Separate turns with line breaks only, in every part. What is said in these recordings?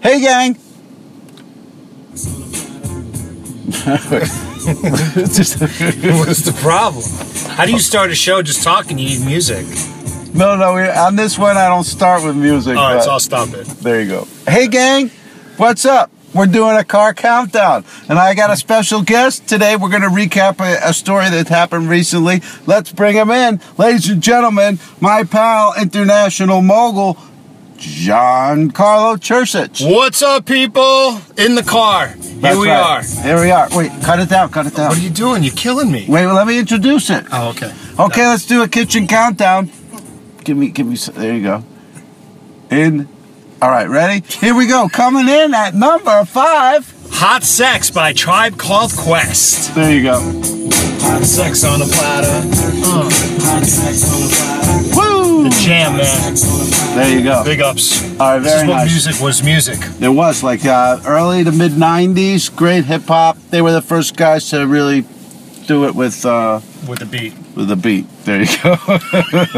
Hey, gang. It's just-
What's the problem? How do you start a show just talking? You need music. Oh,
no, no. We, on this one, I don't start with music.
All right,
but-
so I'll stop it.
There you go. Hey, gang, what's up? We're doing a car countdown, and I got a special guest today. We're going to recap a, a story that happened recently. Let's bring him in, ladies and gentlemen. My pal, international mogul, John Carlo Chursich.
What's up, people? In the car. Here
That's
we
right.
are.
Here we are. Wait, cut it down. Cut it down.
What are you doing? You're killing me.
Wait, well, let me introduce it.
Oh, okay.
Okay, let's do a kitchen countdown. Give me, give me. s- There you go. In. All right, ready? Here we go. Coming in at number five.
Hot Sex by Tribe Called Quest.
There you go.
Hot Sex on a platter.
Woo!
Oh, The jam, man.
There you go.
Big ups.
All right,
This
very
is what
nice.
music was music.
It was like uh, early to mid '90s, great hip hop. They were the first guys to really do it with uh,
With the beat.
with the beat. There you go.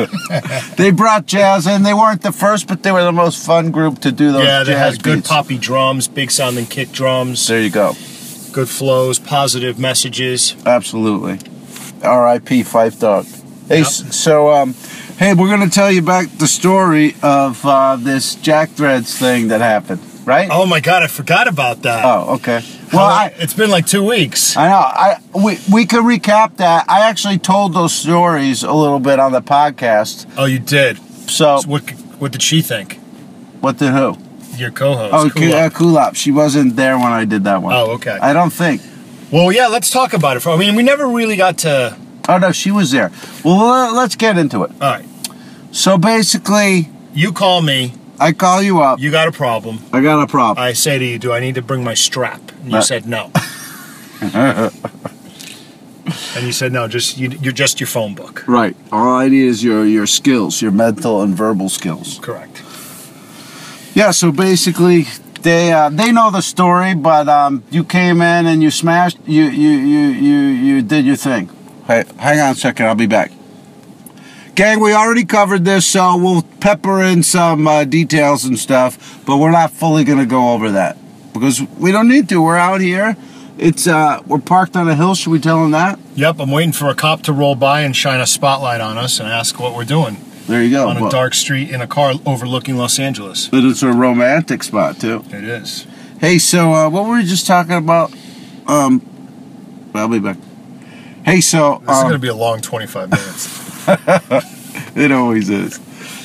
they brought jazz in. They weren't the first, but they were the most fun group to do those.
yeah, that
jazz
has good
beats.
poppy drums, big sounding kick drums,
There you go.
good flows, positive messages.
Absolutely. R.I.P. Fife Dog. Hey,
Yep.
s- so um, hey, we're gonna tell you back the story of uh, this Jack Threads thing that happened, right?
Oh my god, I forgot about that.
Oh, okay.
How
Well,
long-
I,
it's been like two weeks.
I know. I we we could recap that. I actually told those stories a little bit on the podcast.
Oh, you did.
So
So what what did she think?
what did who?
Your co-host.
Oh,
Cool.
Kulop. Uh, Kulop. She wasn't there when I did that one.
Oh, okay.
I don't think.
well, yeah, let's talk about it. I mean, we never really got to.
Oh no, she was there. Well, le- let's get into it.
All right,
So basically,
you call me.
I call you up.
You got a problem.
I got a problem.
I say to you, do I need to bring my strap? And you
Uh.
said no. and you said no. Just you, you're just your phone book.
right. All I need is your your skills, your mental and verbal skills.
Correct.
Yeah, so basically, they uh, they know the story, but um, you came in and you smashed, you you you you you did your thing. Hey, hang on a second, I'll be back. Gang, we already covered this, so we'll pepper in some uh, details and stuff, but we're not fully gonna go over that because we don't need to. We're out here. It's uh, we're parked on a hill. Should we tell them that?
Yep. I'm waiting for a cop to roll by and shine a spotlight on us and ask what we're doing
There you go.
on a
Oh, Well,
dark street in a car overlooking Los Angeles.
But it's a romantic spot too.
It is.
Hey, so uh, what were we just talking about? Um, I'll be back. Hey, so
This is going to
um,
be a long 25 minutes.
it always is.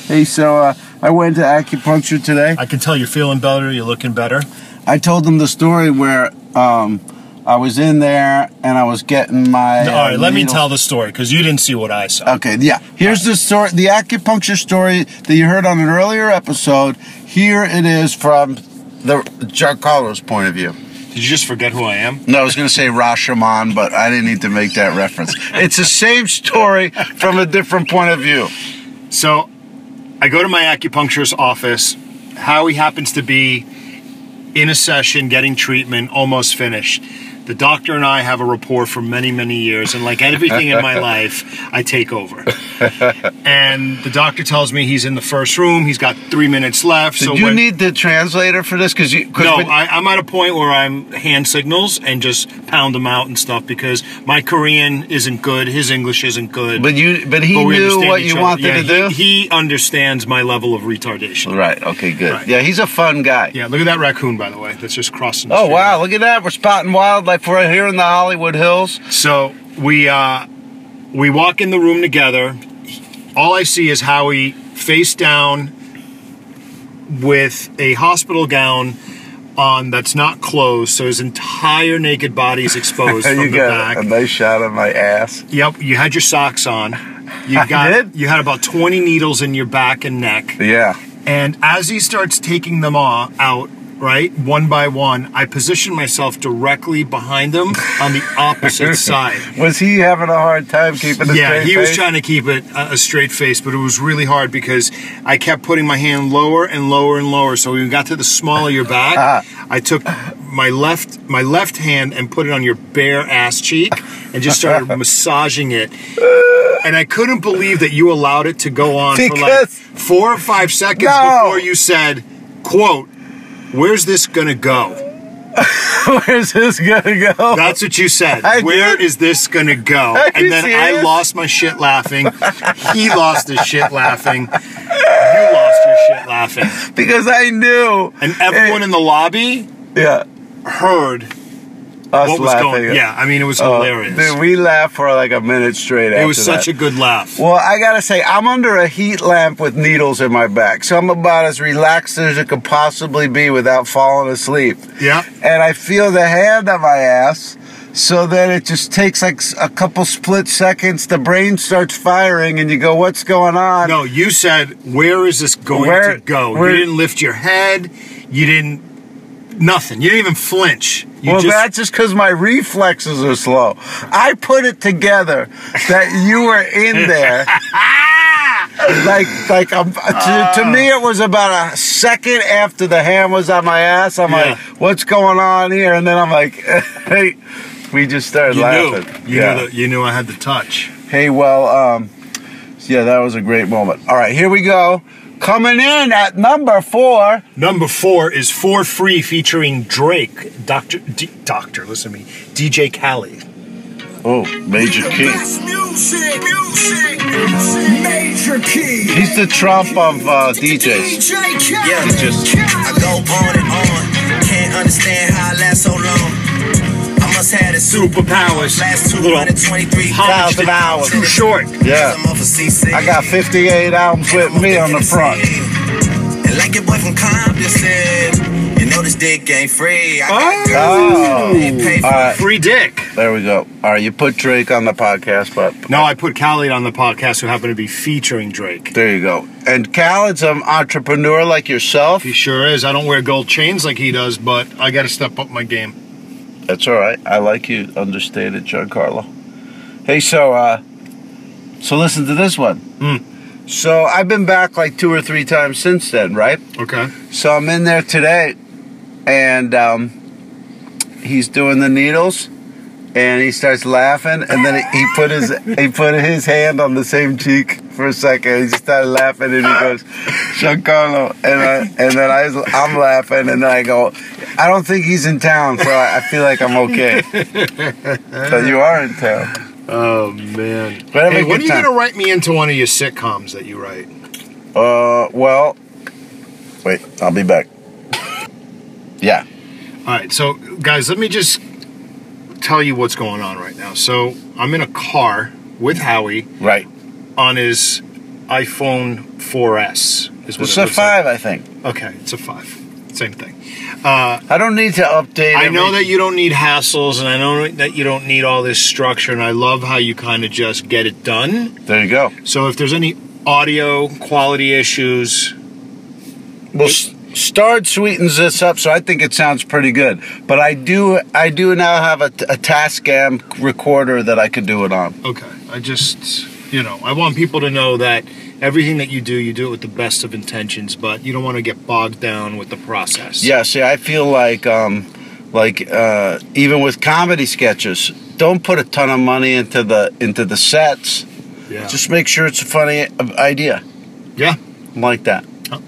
Hey, so uh, I went to acupuncture today.
I can tell you're feeling better. You're looking better.
I told them the story where um, I was in there and I was getting my.
All right, let me
needle-
tell the story because you didn't see what I saw.
Okay, yeah. Here's the story, the acupuncture story that you heard on an earlier episode. Here it is from the Giancarlo's point of view.
Did you just forget who I am?
No, I was going to say Rashomon, but I didn't need to make that reference. It's the same story from a different point of view.
So, I go to my acupuncturist office. Howie happens to be in a session getting treatment, almost finished. The doctor and I have a rapport for many, many years, and like everything in my life, I take over. And the doctor tells me he's in the first room. He's got three minutes left.
Did
so
you
when-
need the translator for this? Because you cause
No,
when-
I, I'm at a point where I'm hand signals and just pound them out and stuff because my Korean isn't good, his English isn't good.
but you, but he
but we
knew
understand
what
each
you
other.
wanted
Yeah,
to do.
He, he understands my level of retardation.
right. Okay. Good.
Right.
Yeah, he's a fun guy.
Yeah, look at that raccoon, by the way. That's just crossing. The
Oh
street.
wow! Look at that. We're spotting wildlife. We're here in the Hollywood Hills.
So we uh, we walk in the room together. All I see is Howie face down with a hospital gown on that's not closed, so his entire naked body is exposed from the back.
nice shot of my ass.
Yep, you had your socks on. You
I
got
did?
you had about 20 needles in your back and neck.
Yeah.
And as he starts taking them all out, right, one by one, I position myself directly behind him on the opposite side.
Was he having a hard time keeping his
Yeah,
straight
he was
face?
trying to keep it a, a straight face, but it was really hard because I kept putting my hand lower and lower and lower. So when we got to the small of your back, I took my left my left hand and put it on your bare ass cheek and just started massaging it. And I couldn't believe that you allowed it to go on for like
Because-
four or five seconds
No.
before you said, "quote Where's this gonna go?
Where's this gonna go?
That's what you said. Where
I
is
did.
this gonna go?
Are you
and then I
serious?
lost my shit laughing. he lost his shit laughing. You lost your shit laughing.
because I knew.
And everyone in the lobby
yeah,
heard
us
what was
laughing.
going. Yeah, I mean it was
Oh,
hilarious.
Dude, we laughed for like a minute straight.
it was such a good laugh.
Well, I gotta say, I'm under a heat lamp with needles in my back, so I'm about as relaxed as it could possibly be without falling asleep.
yeah.
And I feel the hand on my ass, so then it just takes like s- a couple split seconds. The brain starts firing, and you go, "What's going on?"
No, you said where is this going
Where-
to go?
where-
you didn't lift your head. You didn't nothing. You didn't even flinch. You
well,
just
that's just because my reflexes are slow. I put it together that you were in there. like, like um, to, to me,
Oh.
it was about a second after the hand was on my ass. I'm
Yeah.
like, "What's going on here?" And then I'm like, "Hey," we just started
you knew.
laughing.
You
yeah.
knew that you knew I had the touch.
Hey, well, um, yeah, that was a great moment. All right, here we go. Coming in at number four.
Number four is For Free featuring Drake, Doctor, D- Doctor, listen to me, DJ Khaled.
Oh, Major Key.
That's music, music, music. Major key.
He's the Trump of uh, DJs.
DJ
Yeah.
Khaled.
Just-
I go on and on. Can't understand how I last so long. I must have the
Superpowers.
Last
Little
223
How much
Thousand
did-
hours.
Too short.
Yeah.
I'm off a C6.
I got 58 albums with me on the front.
And like your boy from Compton said, you know this dick ain't free. I got
Oh.
girls that ain't pay for
All right,
Free Dick.
there we go. All right, you put Drake on the podcast, but
No, I put Khaled on the podcast, who happened to be featuring Drake.
there you go. And Khaled's an entrepreneur like yourself.
He sure is. I don't wear gold chains like he does, but I got to step up my game.
That's all right. I like you, understated Giancarlo. Hey, so uh, so listen to this one. Hmm. So I've been back like two or three times since then, right?
Okay.
So I'm in there today, and um, he's doing the needles, and he starts laughing, and then he put his he put his hand on the same cheek for a second. He just started laughing, and he goes, "Giancarlo," and I, and then I was- I'm laughing, and then I go, "I don't think he's in town, so I, I feel like I'm okay." but you are in town.
Oh man.
But have a
Hey, when
good
are you
time.
gonna write me into one of your sitcoms that you write?
Uh, well, wait, I'll be back. Yeah.
All right, so guys, let me just tell you what's going on right now. So I'm in a car with Howie
Right.
on his iPhone 4S. Is what
It's
it
a
looks like.
five, I think.
Okay, it's a five. Same thing. Uh,
I don't need to update.
I know that
every-
you don't need hassles, and I know that you don't need all this structure, and I love how you kind of just get it done.
There you go.
So if there's any audio quality issues,
Well, S- Starred sweetens this up, so I think it sounds pretty good. But I do, I do now have a, a Tascam recorder that I could do it on.
okay. I just, you know, I want people to know that everything that you do, you do it with the best of intentions, but you don't want to get bogged down with the process.
Yeah. See, I feel like, um, like uh, even with comedy sketches, don't put a ton of money into the into the sets.
Yeah.
Just make sure it's a funny uh, idea.
yeah.
I'm like that.
Oh.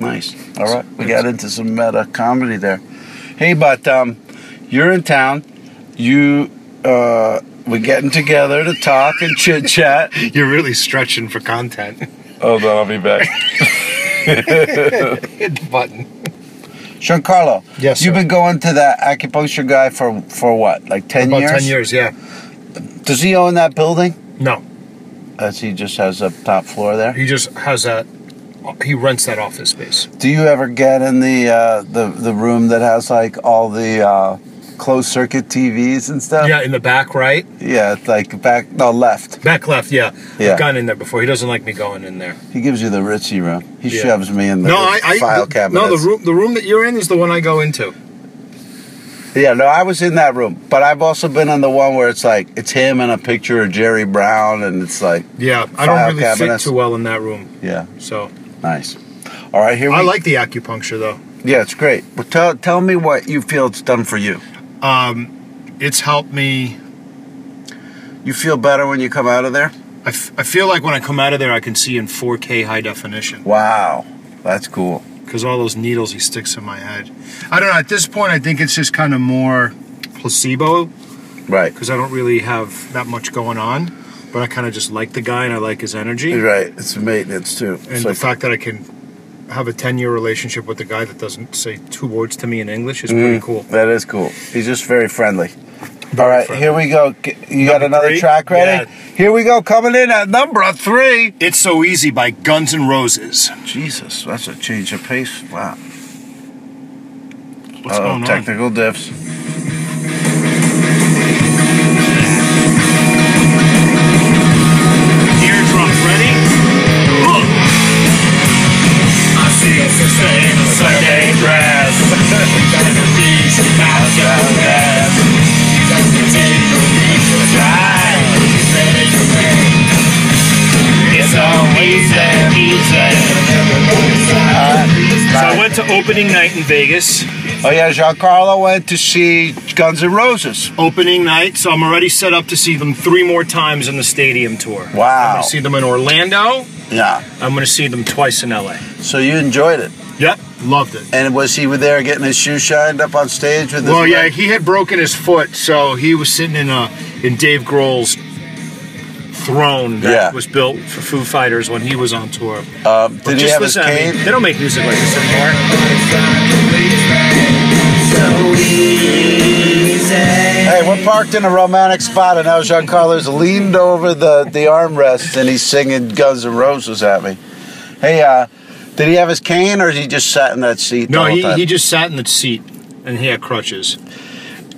Nice. All right, we got into some meta comedy there. Hey, but um, you're in town. You uh, we're getting together to talk and chit chat.
You're really stretching for content.
Oh, then I'll be back.
Hit the button.
Giancarlo.
Yes,
You've
sir.
been going to that acupuncture guy for for what, like ten
About
years?
10 years, yeah.
Does he own that building?
No,
As he just has a top floor there.
he just has that. He rents that office space.
Do you ever get in the uh, the the room that has like all the uh, closed circuit TVs and stuff?
Yeah, in the back right,
Yeah, it's like back no left.
back left. Yeah,
Yeah.
I've gone in there before. He doesn't like me going in there.
He gives you the Ritzy room. He
Yeah.
shoves me in the file
the-
cabinet.
No, the room the room that you're in is the one I go into.
Yeah, no, I was in that room, but I've also been in the one where it's like it's him and a picture of Jerry Brown, and it's like,
Yeah,
File
I don't really
cabinets.
fit too well in that room.
yeah,
So
nice. All right, here we.
I like the acupuncture though.
Yeah, it's great. Well, tell tell me what you feel it's done for you.
Um, It's helped me.
You feel better when you come out of there.
I, f- I feel like when I come out of there, I can see in 4K high definition.
Wow, that's cool.
because all those needles he sticks in my head. I don't know. At this point, I think it's just kind of more placebo
Right.
because I don't really have that much going on. But I kind of just like the guy and I like his energy.
Right. It's maintenance too.
And
It's
the
like-
fact that I can have a 10 year relationship with a guy that doesn't say two words to me in English is pretty cool.
That is cool. He's just very friendly. All right,
friendly.
here we go. G- You got
Number
another
three?
track ready?
Yeah.
Here we go, coming in at number three.
It's So Easy by Guns N' Roses.
Jesus, that's a change of pace. Wow.
What's
Uh-oh,
going on?
Technical diffs.
Eardrums ready? Look! I see a sister in a Sunday dress. So I went to opening night in Vegas.
Oh yeah, Giancarlo went to see Guns N' Roses.
Opening night, so I'm already set up to see them three more times in the stadium tour. I'm
Wow.
gonna see them in Orlando.
Yeah.
I'm gonna see them twice in LA.
So you enjoyed it,
Yep, loved it.
and was he there getting his shoe shined up on stage with? His
Well, yeah,
leg?
he had broken his foot, so he was sitting in a in Dave Grohl's throne that
Yeah.
was built for Foo Fighters when he was on tour.
Um, did he have his
I mean,
cane?
they don't make music like this anymore.
Hey, we're parked in a romantic spot, and now Giancarlo's leaned over the, the armrest and he's singing Guns N' Roses at me. Hey, uh, did he have his cane or he just sat in that seat? the
No,
whole
he,
time?
he just sat in the seat and he had crutches.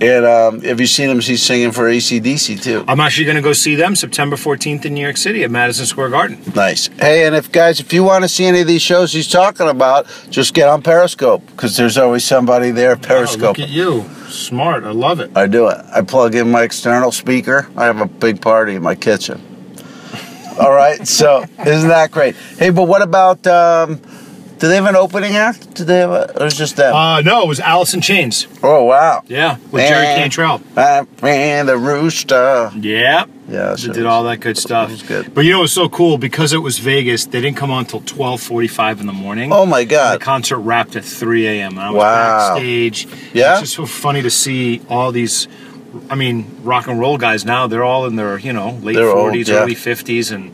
And um, have you seen him? He's singing for ACDC too.
I'm actually going to go see them September 14th in New York City at Madison Square Garden.
Nice. Hey, and if guys, if you want to see any of these shows he's talking about, just get on Periscope because there's always somebody there
Oh, look
Periscope.
at you, smart. I love it.
I do it. I plug in my external speaker. I have a big party in my kitchen. All right, so isn't that great? Hey, but what about? Um, do they have an opening act? Do they have? A, or is it just them?
Uh, no, it was Alice in Chains.
oh wow!
Yeah, with Jerry
Yeah.
Cantrell.
I ran the rooster.
Yeah.
Yeah,
They did all that good stuff.
It was good.
But you know, it was so cool because it was Vegas. They didn't come on until twelve forty-five in the morning.
Oh my
The
God!
concert wrapped at three a.m. and I was
Wow.
backstage.
Yeah?
it's just so funny to see all these. I mean, rock and roll guys now. They're all in their you know late
They're old,
forties,
yeah.
early fifties, and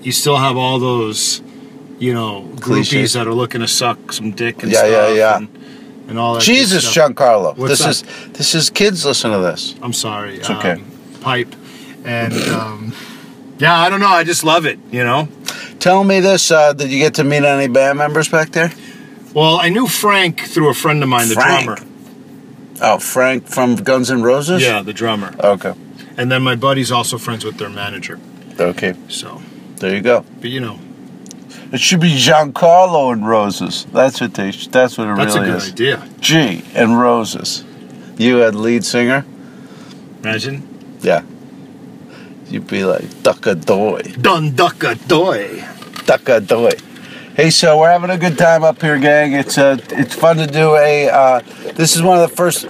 you still have all those you know
Cliches.
groupies that are looking to suck some dick and
Yeah,
stuff.
yeah, yeah.
And, and all that. good
Jesus,
stuff.
Giancarlo.
What's
this is this is kids. Listen to this.
I'm sorry. It's
okay.
pipe. And um, yeah, I don't know. I just love it, you know?
Tell me this. Uh, did you get to meet any band members back there?
Well, I knew Frank through a friend of mine, the
Frank?
drummer.
Oh, Frank from Guns N' Roses.
Yeah, the drummer.
Okay.
And then my buddy's also friends with their manager.
Okay.
So,
There you go.
but you know,
It should be Giancarlo and Roses. That's what they. That's what it
that's
really
a good
is.
idea.
G and Roses. You had lead singer.
Imagine.
You'd be like Ducka Doy,
Dunducka Doy.
Ducka Doy. Hey, so we're having a good time up here, gang. It's uh, it's fun to do a. Uh, this is one of the first.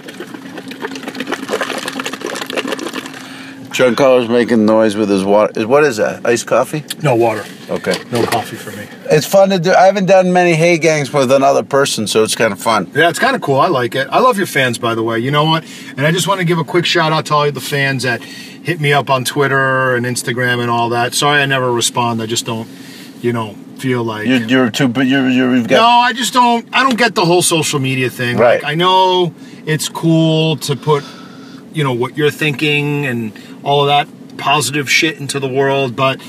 Giancarlo's making noise with his water. What is that? Iced coffee?
No water,
Okay.
no coffee for me.
It's fun to do. I haven't done many hay gangs with another person, so it's kind of fun.
Yeah, it's kind of cool. I like it. I love your fans, by the way. You know what? And I just want to give a quick shout out to all the fans that hit me up on Twitter and Instagram and all that. Sorry, I never respond. I just don't, you know, feel like.
You're, you're too. But you're, you're, you've got.
no, I just don't. I don't get the whole social media thing.
Right.
Like, I know it's cool to put, you know, what you're thinking and all of that positive shit into the world, but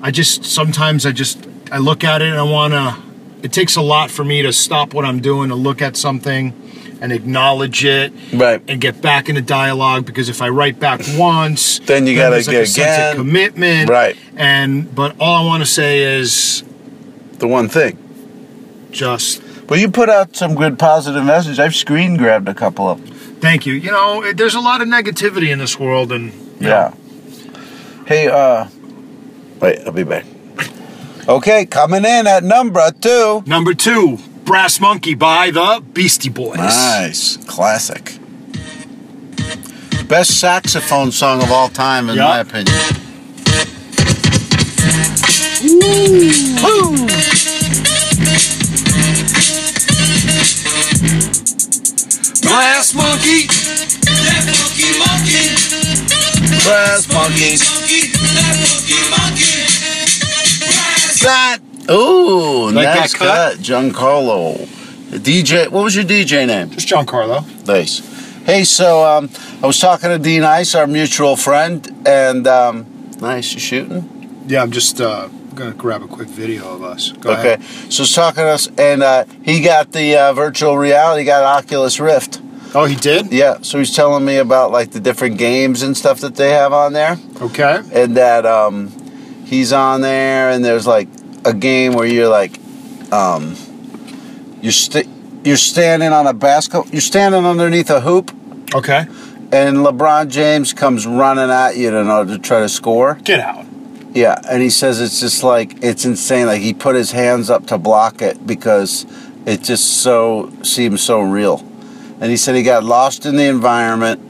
I just sometimes I just I look at it and I want to. It takes a lot for me to stop what I'm doing to look at something and acknowledge it
Right.
and get back into dialogue because if I write back once,
Then you gotta
there's
get
a sense
again.
of commitment,
Right.
And but all I want to say is
the one thing.
just
Well, you put out some good positive message. I've screen grabbed a couple of them.
Thank you. You know, it- there's a lot of negativity in this world, and you
Yeah. Hey, uh, wait, I'll be back. Okay, coming in at number two.
know. number two, Brass Monkey by the Beastie Boys.
Nice, classic. Best saxophone song of all time, in
Yeah.
my opinion. Woo.
Glass monkey. Glass monkey.
That. Ooh,
Like that
nice
cut?
cut, Giancarlo. The DJ, what was your DJ name?
Just John Carlo.
Nice. Hey, so um, I was talking to D Nice, our mutual friend, and um, nice, you shooting?
Yeah, I'm just uh, gonna grab a quick video of us. Go
okay.
ahead.
So I was talking to us, and uh, he got the uh, virtual reality, got Oculus Rift.
Oh, he did.
Yeah, so he's telling me about like the different games and stuff that they have on there,
Okay.
and that um, he's on there, and there's like a game where you're like, um, you're st- you're standing on a basket, you're standing underneath a hoop,
Okay.
and LeBron James comes running at you in order to try to score.
Get out.
Yeah, and he says it's just like it's insane. Like he put his hands up to block it because it just so seems so real. And he said he got lost in the environment.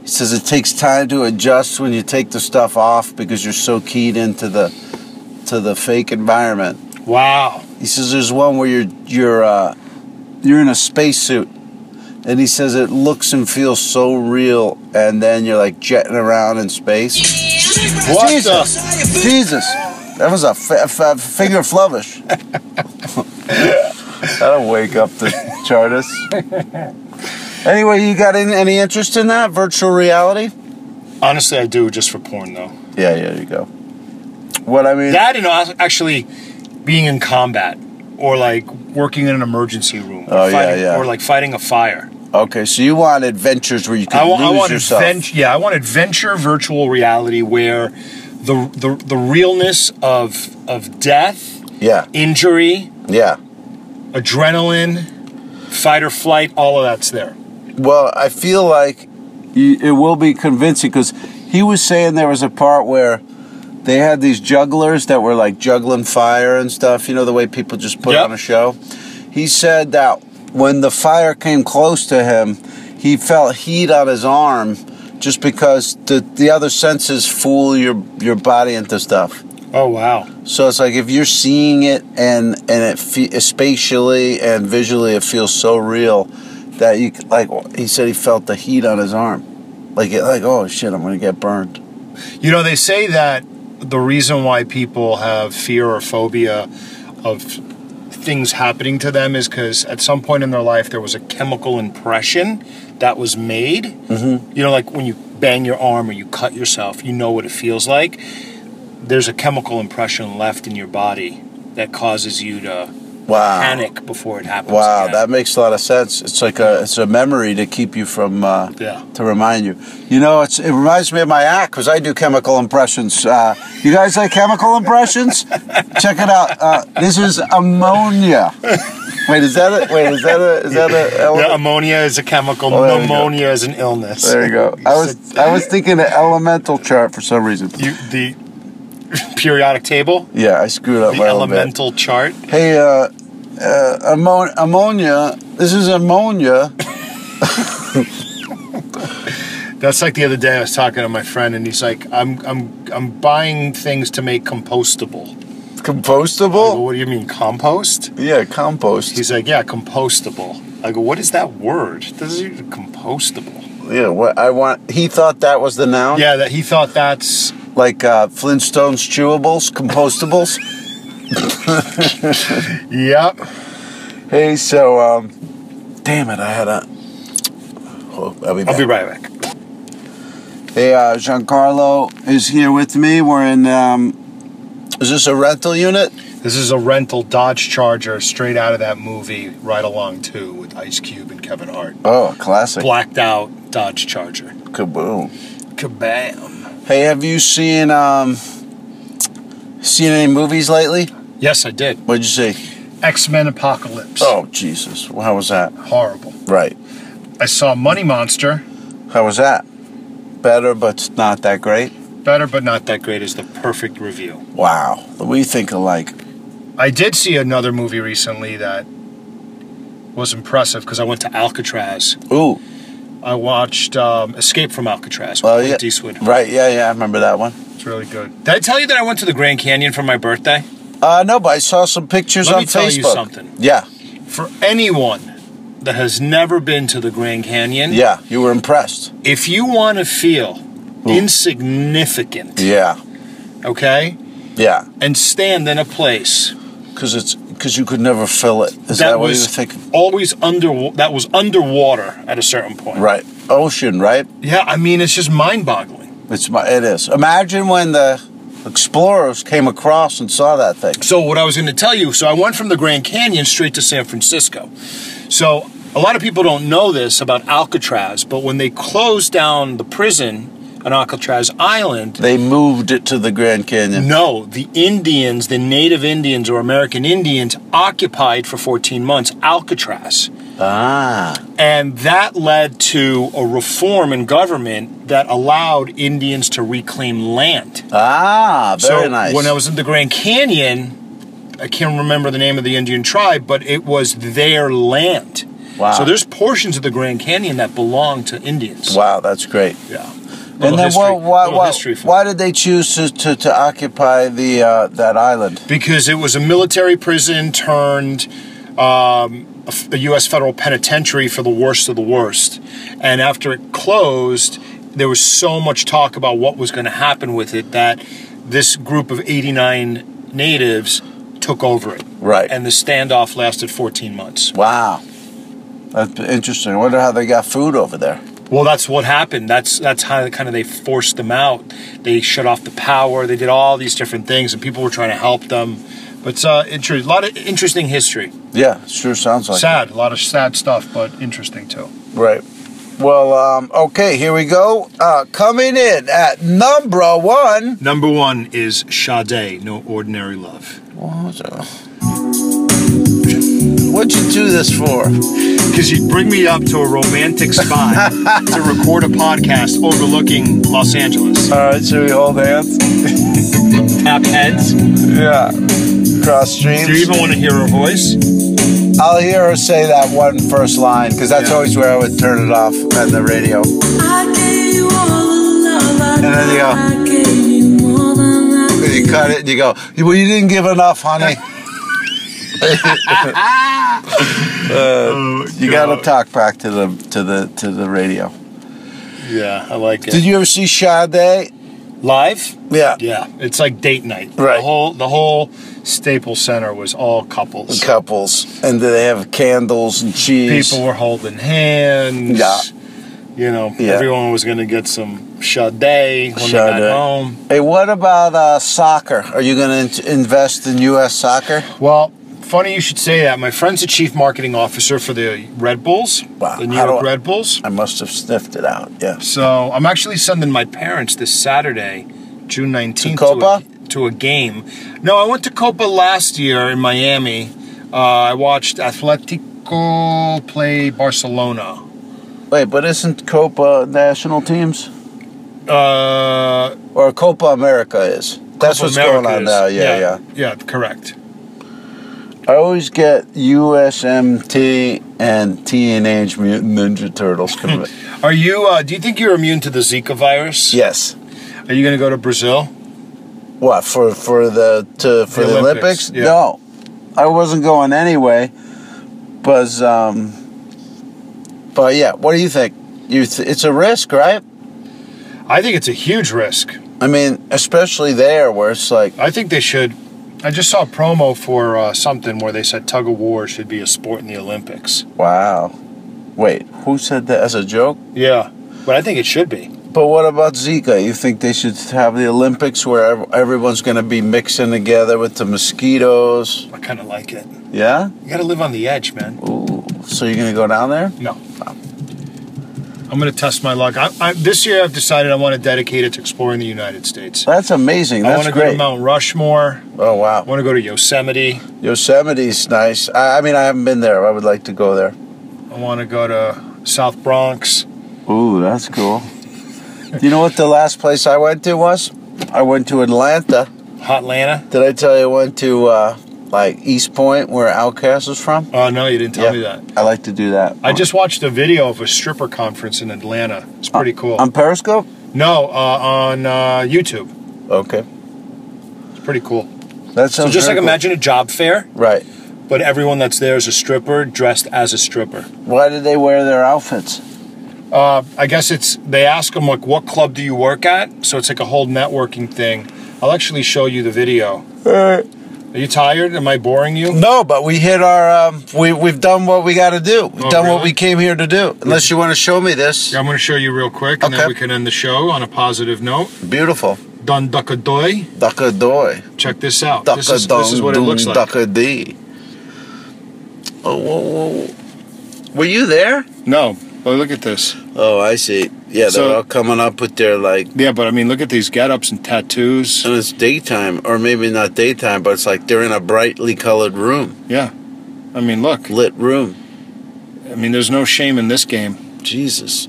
He says it takes time to adjust when you take the stuff off because you're so keyed into the to the fake environment.
Wow.
He says there's one where you're you're uh, you're in a spacesuit, and he says it looks and feels so real, and then you're like jetting around in space.
What
Jesus. Jesus, that was a fi- f- f- finger flourish. That'll wake up the chartists. Anyway, you got in, any interest in that virtual reality?
the? Honestly, I do just for porn though.
Yeah, yeah, you go. What I mean,
That and also- actually being in combat or like working in an emergency room.
Oh, yeah,
fighting,
yeah.
Or like fighting a fire.
okay, so you want adventures where you can
I want, I
lose
want
yourself.
adventure. Yeah, I want adventure virtual reality where the the, the realness of of death,
yeah,
injury,
yeah.
adrenaline, fight or flight, all of that's there.
Well, I feel like y- it will be convincing because he was saying there was a part where they had these jugglers that were like juggling fire and stuff. You know the way people just put
Yep.
on a show. He said that when the fire came close to him, he felt heat on his arm, just because the the other senses fool your your body into stuff.
Oh wow.
So it's like if you're seeing it and and it fe- spatially and visually, it feels so real that you c- like. He said he felt the heat on his arm, like it, like oh shit, I'm gonna get burned.
You know, they say that the reason why people have fear or phobia of things happening to them is because at some point in their life there was a chemical impression that was made. You know, like when you bang your arm or you cut yourself, you know what it feels like. There's a chemical impression left in your body that causes you to
Wow,
panic before it happens.
wow,
again.
that makes a lot of sense. It's like a it's a memory to keep you from uh,
Yeah.
to remind you. You know, it's it reminds me of my act because I do chemical impressions. Uh, you guys like chemical impressions? Check it out. Uh, this is ammonia. Wait, is that a wait? Is that a is that a
Yeah, ammonia is a chemical.
Oh, there we go.
pneumonia is an illness.
There you go. I was I was thinking the elemental chart for some reason.
You, the periodic table,
Yeah, I screwed up
the
my own bit.
elemental chart.
Hey, uh, uh, ammo- ammonia. This is ammonia.
That's like the other day I was talking to my friend and he's like, I'm I'm I'm buying things to make compostable. I go,
Compostable.
what do you mean compost?
Yeah, compost.
He's like, yeah, compostable. I go, what is that word? This is even compostable.
Yeah, what I want. He thought that was the noun.
Yeah, that he thought that's
Like uh, Flintstones chewables, compostables.
yep.
hey, so um, damn it, I had a. Oh, I'll be back.
I'll be right back.
Hey, uh, Giancarlo is here with me. We're in. Um, is this a rental unit?
This is a rental Dodge Charger straight out of that movie Ride Along 2 with Ice Cube and Kevin Hart.
Oh, classic.
Blacked out Dodge Charger.
Kaboom.
Kabam.
Hey, have you seen um seen any movies lately?
Yes, I did.
What'd you see?
X-Men Apocalypse.
Oh Jesus, how was that?
Horrible.
Right,
I saw Money Monster.
how was that? Better, but not that great.
Better but not that great is the perfect review.
Wow, we think alike.
I did see another movie recently that was impressive because I went to Alcatraz.
Ooh,
I watched um, Escape from Alcatraz with
Oh,
Clint
yeah.
Eastwood.
right? Yeah, yeah, I remember that one.
It's really good. Did I tell you that I went to the Grand Canyon for my birthday?
Uh, no, but I saw some pictures
Let
on
me tell
Facebook.
you something.
Yeah,
For anyone that has never been to the Grand Canyon,
Yeah, you were impressed.
if you want to feel insignificant,
Hmm. Yeah,
okay,
yeah,
and stand in a place
because it's because you could never fill it. Is that, what you were
was
thinking?
always under that was underwater at a certain point.
Right, ocean, right?
Yeah, I mean it's just mind-boggling.
It's my, it is. Imagine when the explorers came across and saw that thing.
So what I was going to tell you, so I went from the Grand Canyon straight to San Francisco. So a lot of people don't know this about Alcatraz, but when they closed down the prison on Alcatraz Island,
They moved it to the Grand Canyon.
No, the Indians, the native Indians or American Indians, occupied for 14 months Alcatraz.
Ah,
And that led to a reform in government that allowed Indians to reclaim land.
ah, very
so
nice.
When I was in the Grand Canyon, I can't remember the name of the Indian tribe, but it was their land.
Wow.
So there's portions of the Grand Canyon that belong to Indians.
wow, that's great.
Yeah.
and
Little
then
history-
why, why,
little
why,
history for
why did they choose to, to, to occupy the uh, that island?
because it was a military prison turned um, a, f- a U.S. federal penitentiary for the worst of the worst. And after it closed, there was so much talk about what was going to happen with it that this group of 89 natives took over it.
Right.
And the standoff lasted 14 months.
Wow. That's interesting. I wonder how they got food over there.
Well, that's what happened. That's that's how kind of they forced them out. They shut off the power. They did all these different things, and people were trying to help them. But it's uh, inter- a lot of interesting history.
Yeah, sure sounds like
sad, a lot of sad stuff, but interesting too.
it. Right. Well, um, okay, here we go. Uh, coming in at number one.
Number one is Sade, No Ordinary Love.
What would you do this for?
Because you'd bring me up to a romantic spot to record a podcast overlooking Los Angeles.
All right, should we hold hands?
Tap heads. Do
Yeah. Cross
you
streams.
even want to hear her voice?
I'll hear her say that one first line because that's
Yeah.
always where I would turn it off on the radio.
I gave you all the love I
And then you go.
got. I gave you more than I
You cut it and you go, well, you didn't give enough, honey. You got to talk back to the to the to the radio.
Yeah, I like it.
Did you ever see Sade?
Live?
Yeah.
Yeah, it's like date night.
Right.
The whole the whole Staples Center was all couples.
Couples, and do they have candles and cheese?
People were holding hands.
Yeah.
You know,
Yeah.
everyone was going to get some Sade when they got
Sade.
home.
Hey, what about uh, soccer? Are you going to invest in U.S. soccer?
Well, funny you should say that. My friend's the chief marketing officer for the Red Bulls,
Wow,
the New
how do
York
I-
Red Bulls.
I must have sniffed it out. Yes.
So I'm actually sending my parents this Saturday, June 19th,
To Copa?
To, a, to a game. No, I went to Copa last year in Miami. Uh, I watched Atletico play Barcelona.
Wait, but isn't Copa national teams
Uh,
or Copa America is? That's
Copa
what's going on
Americas.
now. Yeah, yeah,
yeah, correct.
I always get USMT and Teenage Mutant Ninja Turtles. conv-
Are you? Uh, do you think you're immune to the Zika virus?
yes.
Are you going to go to Brazil?
What for? For the to for
The
the, Olympics?
Olympics, yeah.
No, I wasn't going anyway. But um, but yeah, what do you think? You th- it's a risk, right?
I think it's a huge risk.
I mean, especially there where it's like,
I think they should. I just saw a promo for uh, something where they said tug of war should be a sport in the Olympics.
wow, wait, who said that as a joke?
Yeah, but I think it should be.
But what about Zika? You think they should have the Olympics where ev- everyone's going to be mixing together with the mosquitoes?
I kind of like it. You
Yeah.
got to live on the edge, man.
Ooh. So you're going to go down there?
No. I'm gonna test my luck. I, I, this year, I've decided I want to dedicate it to exploring the United States.
That's amazing.
I
That's
want to go
great.
to Mount Rushmore.
oh wow.
I want to go to Yosemite.
Yosemite's nice. I, I mean, I haven't been there. I would like to go there.
I want to go to South Bronx.
Ooh, that's cool. you know what the last place I went to was? I went to Atlanta.
Hot Atlanta?
Did I tell you I went to uh, like East Point, where Outcast is from?
Oh no, you didn't tell me that.
I like to do that.
I just watched a video of a stripper conference in Atlanta. It's pretty cool.
on Periscope.
no, uh, on uh, YouTube.
Okay,
It's pretty cool.
that sounds
So just
very
like
cool.
imagine a job fair,
Right.
but everyone that's there is a stripper dressed as a stripper.
Why did they wear their outfits?
Uh, I guess it's they ask them like, "What club do you work at?" So it's like a whole networking thing. I'll actually show you the video. Are you tired? Am I boring you?
No, but we hit our. Um, we we've done what we got to do. We've
Oh,
done what
really?
we came here to do. Unless you want to show me this,
Yeah, I'm going to show you real quick, and
Okay.
then we can end the show on a positive note.
beautiful
Dundakadoy.
ducka doy,
Check this out.
ducka
this, is,
dong,
this is what it
dong,
looks like.
ducka dee. Oh, whoa, whoa, whoa. were you there?
No, but look at this.
Oh, I see. Yeah,
So-
they're all coming up with their like,
Yeah, but I mean, look at these get-ups and tattoos.
and it's daytime, or maybe not daytime, but it's like they're in a brightly colored room,
Yeah, I mean, look.
lit room.
I mean, there's no shame in this game.
Jesus,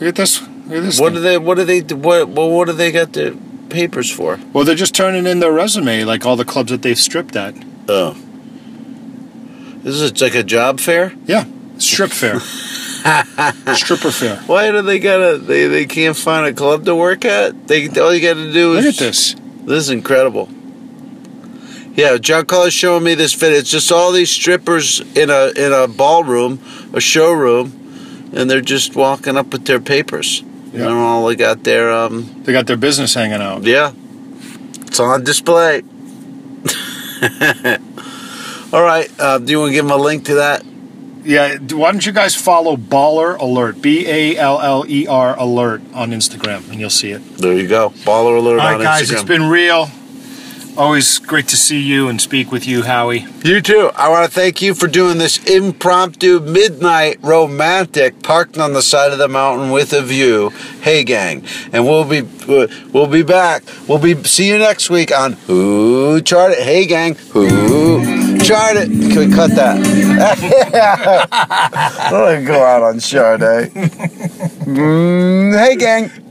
Look at this. Look at this.
what
thing.
do they? What do they? What? What, what do they got their papers for?
well, they're just turning in their resume, like all the clubs that they've stripped at.
Oh. This is like a job fair?
Yeah, strip fair, stripper fair.
Why do they gotta they, they can't find a club to work at? They all you gotta do is
Look at this.
This is incredible. Yeah, John Call is showing me this video. It's just all these strippers in a in a ballroom, a showroom, and they're just walking up with their papers. And
Yeah.
they're all they got their um
They got their business hanging out.
yeah. It's on display. all right, uh, do you want to give them a link to that?
Yeah. d- Why don't you guys follow Baller Alert, B A L L E R Alert on Instagram, and you'll see it.
There you go. Baller alert
All right,
on
guys,
Instagram.
it's been real. Always great to see you and speak with you, Howie.
You too. I want to thank you for doing this impromptu midnight romantic parked on the side of the mountain with a view. Hey gang, and we'll be we'll be back. We'll be see you next week on Who Chart It. Hey gang, Who Chart It? Can we cut that? I don't wanna go out on Chart eh? Mm, hey gang.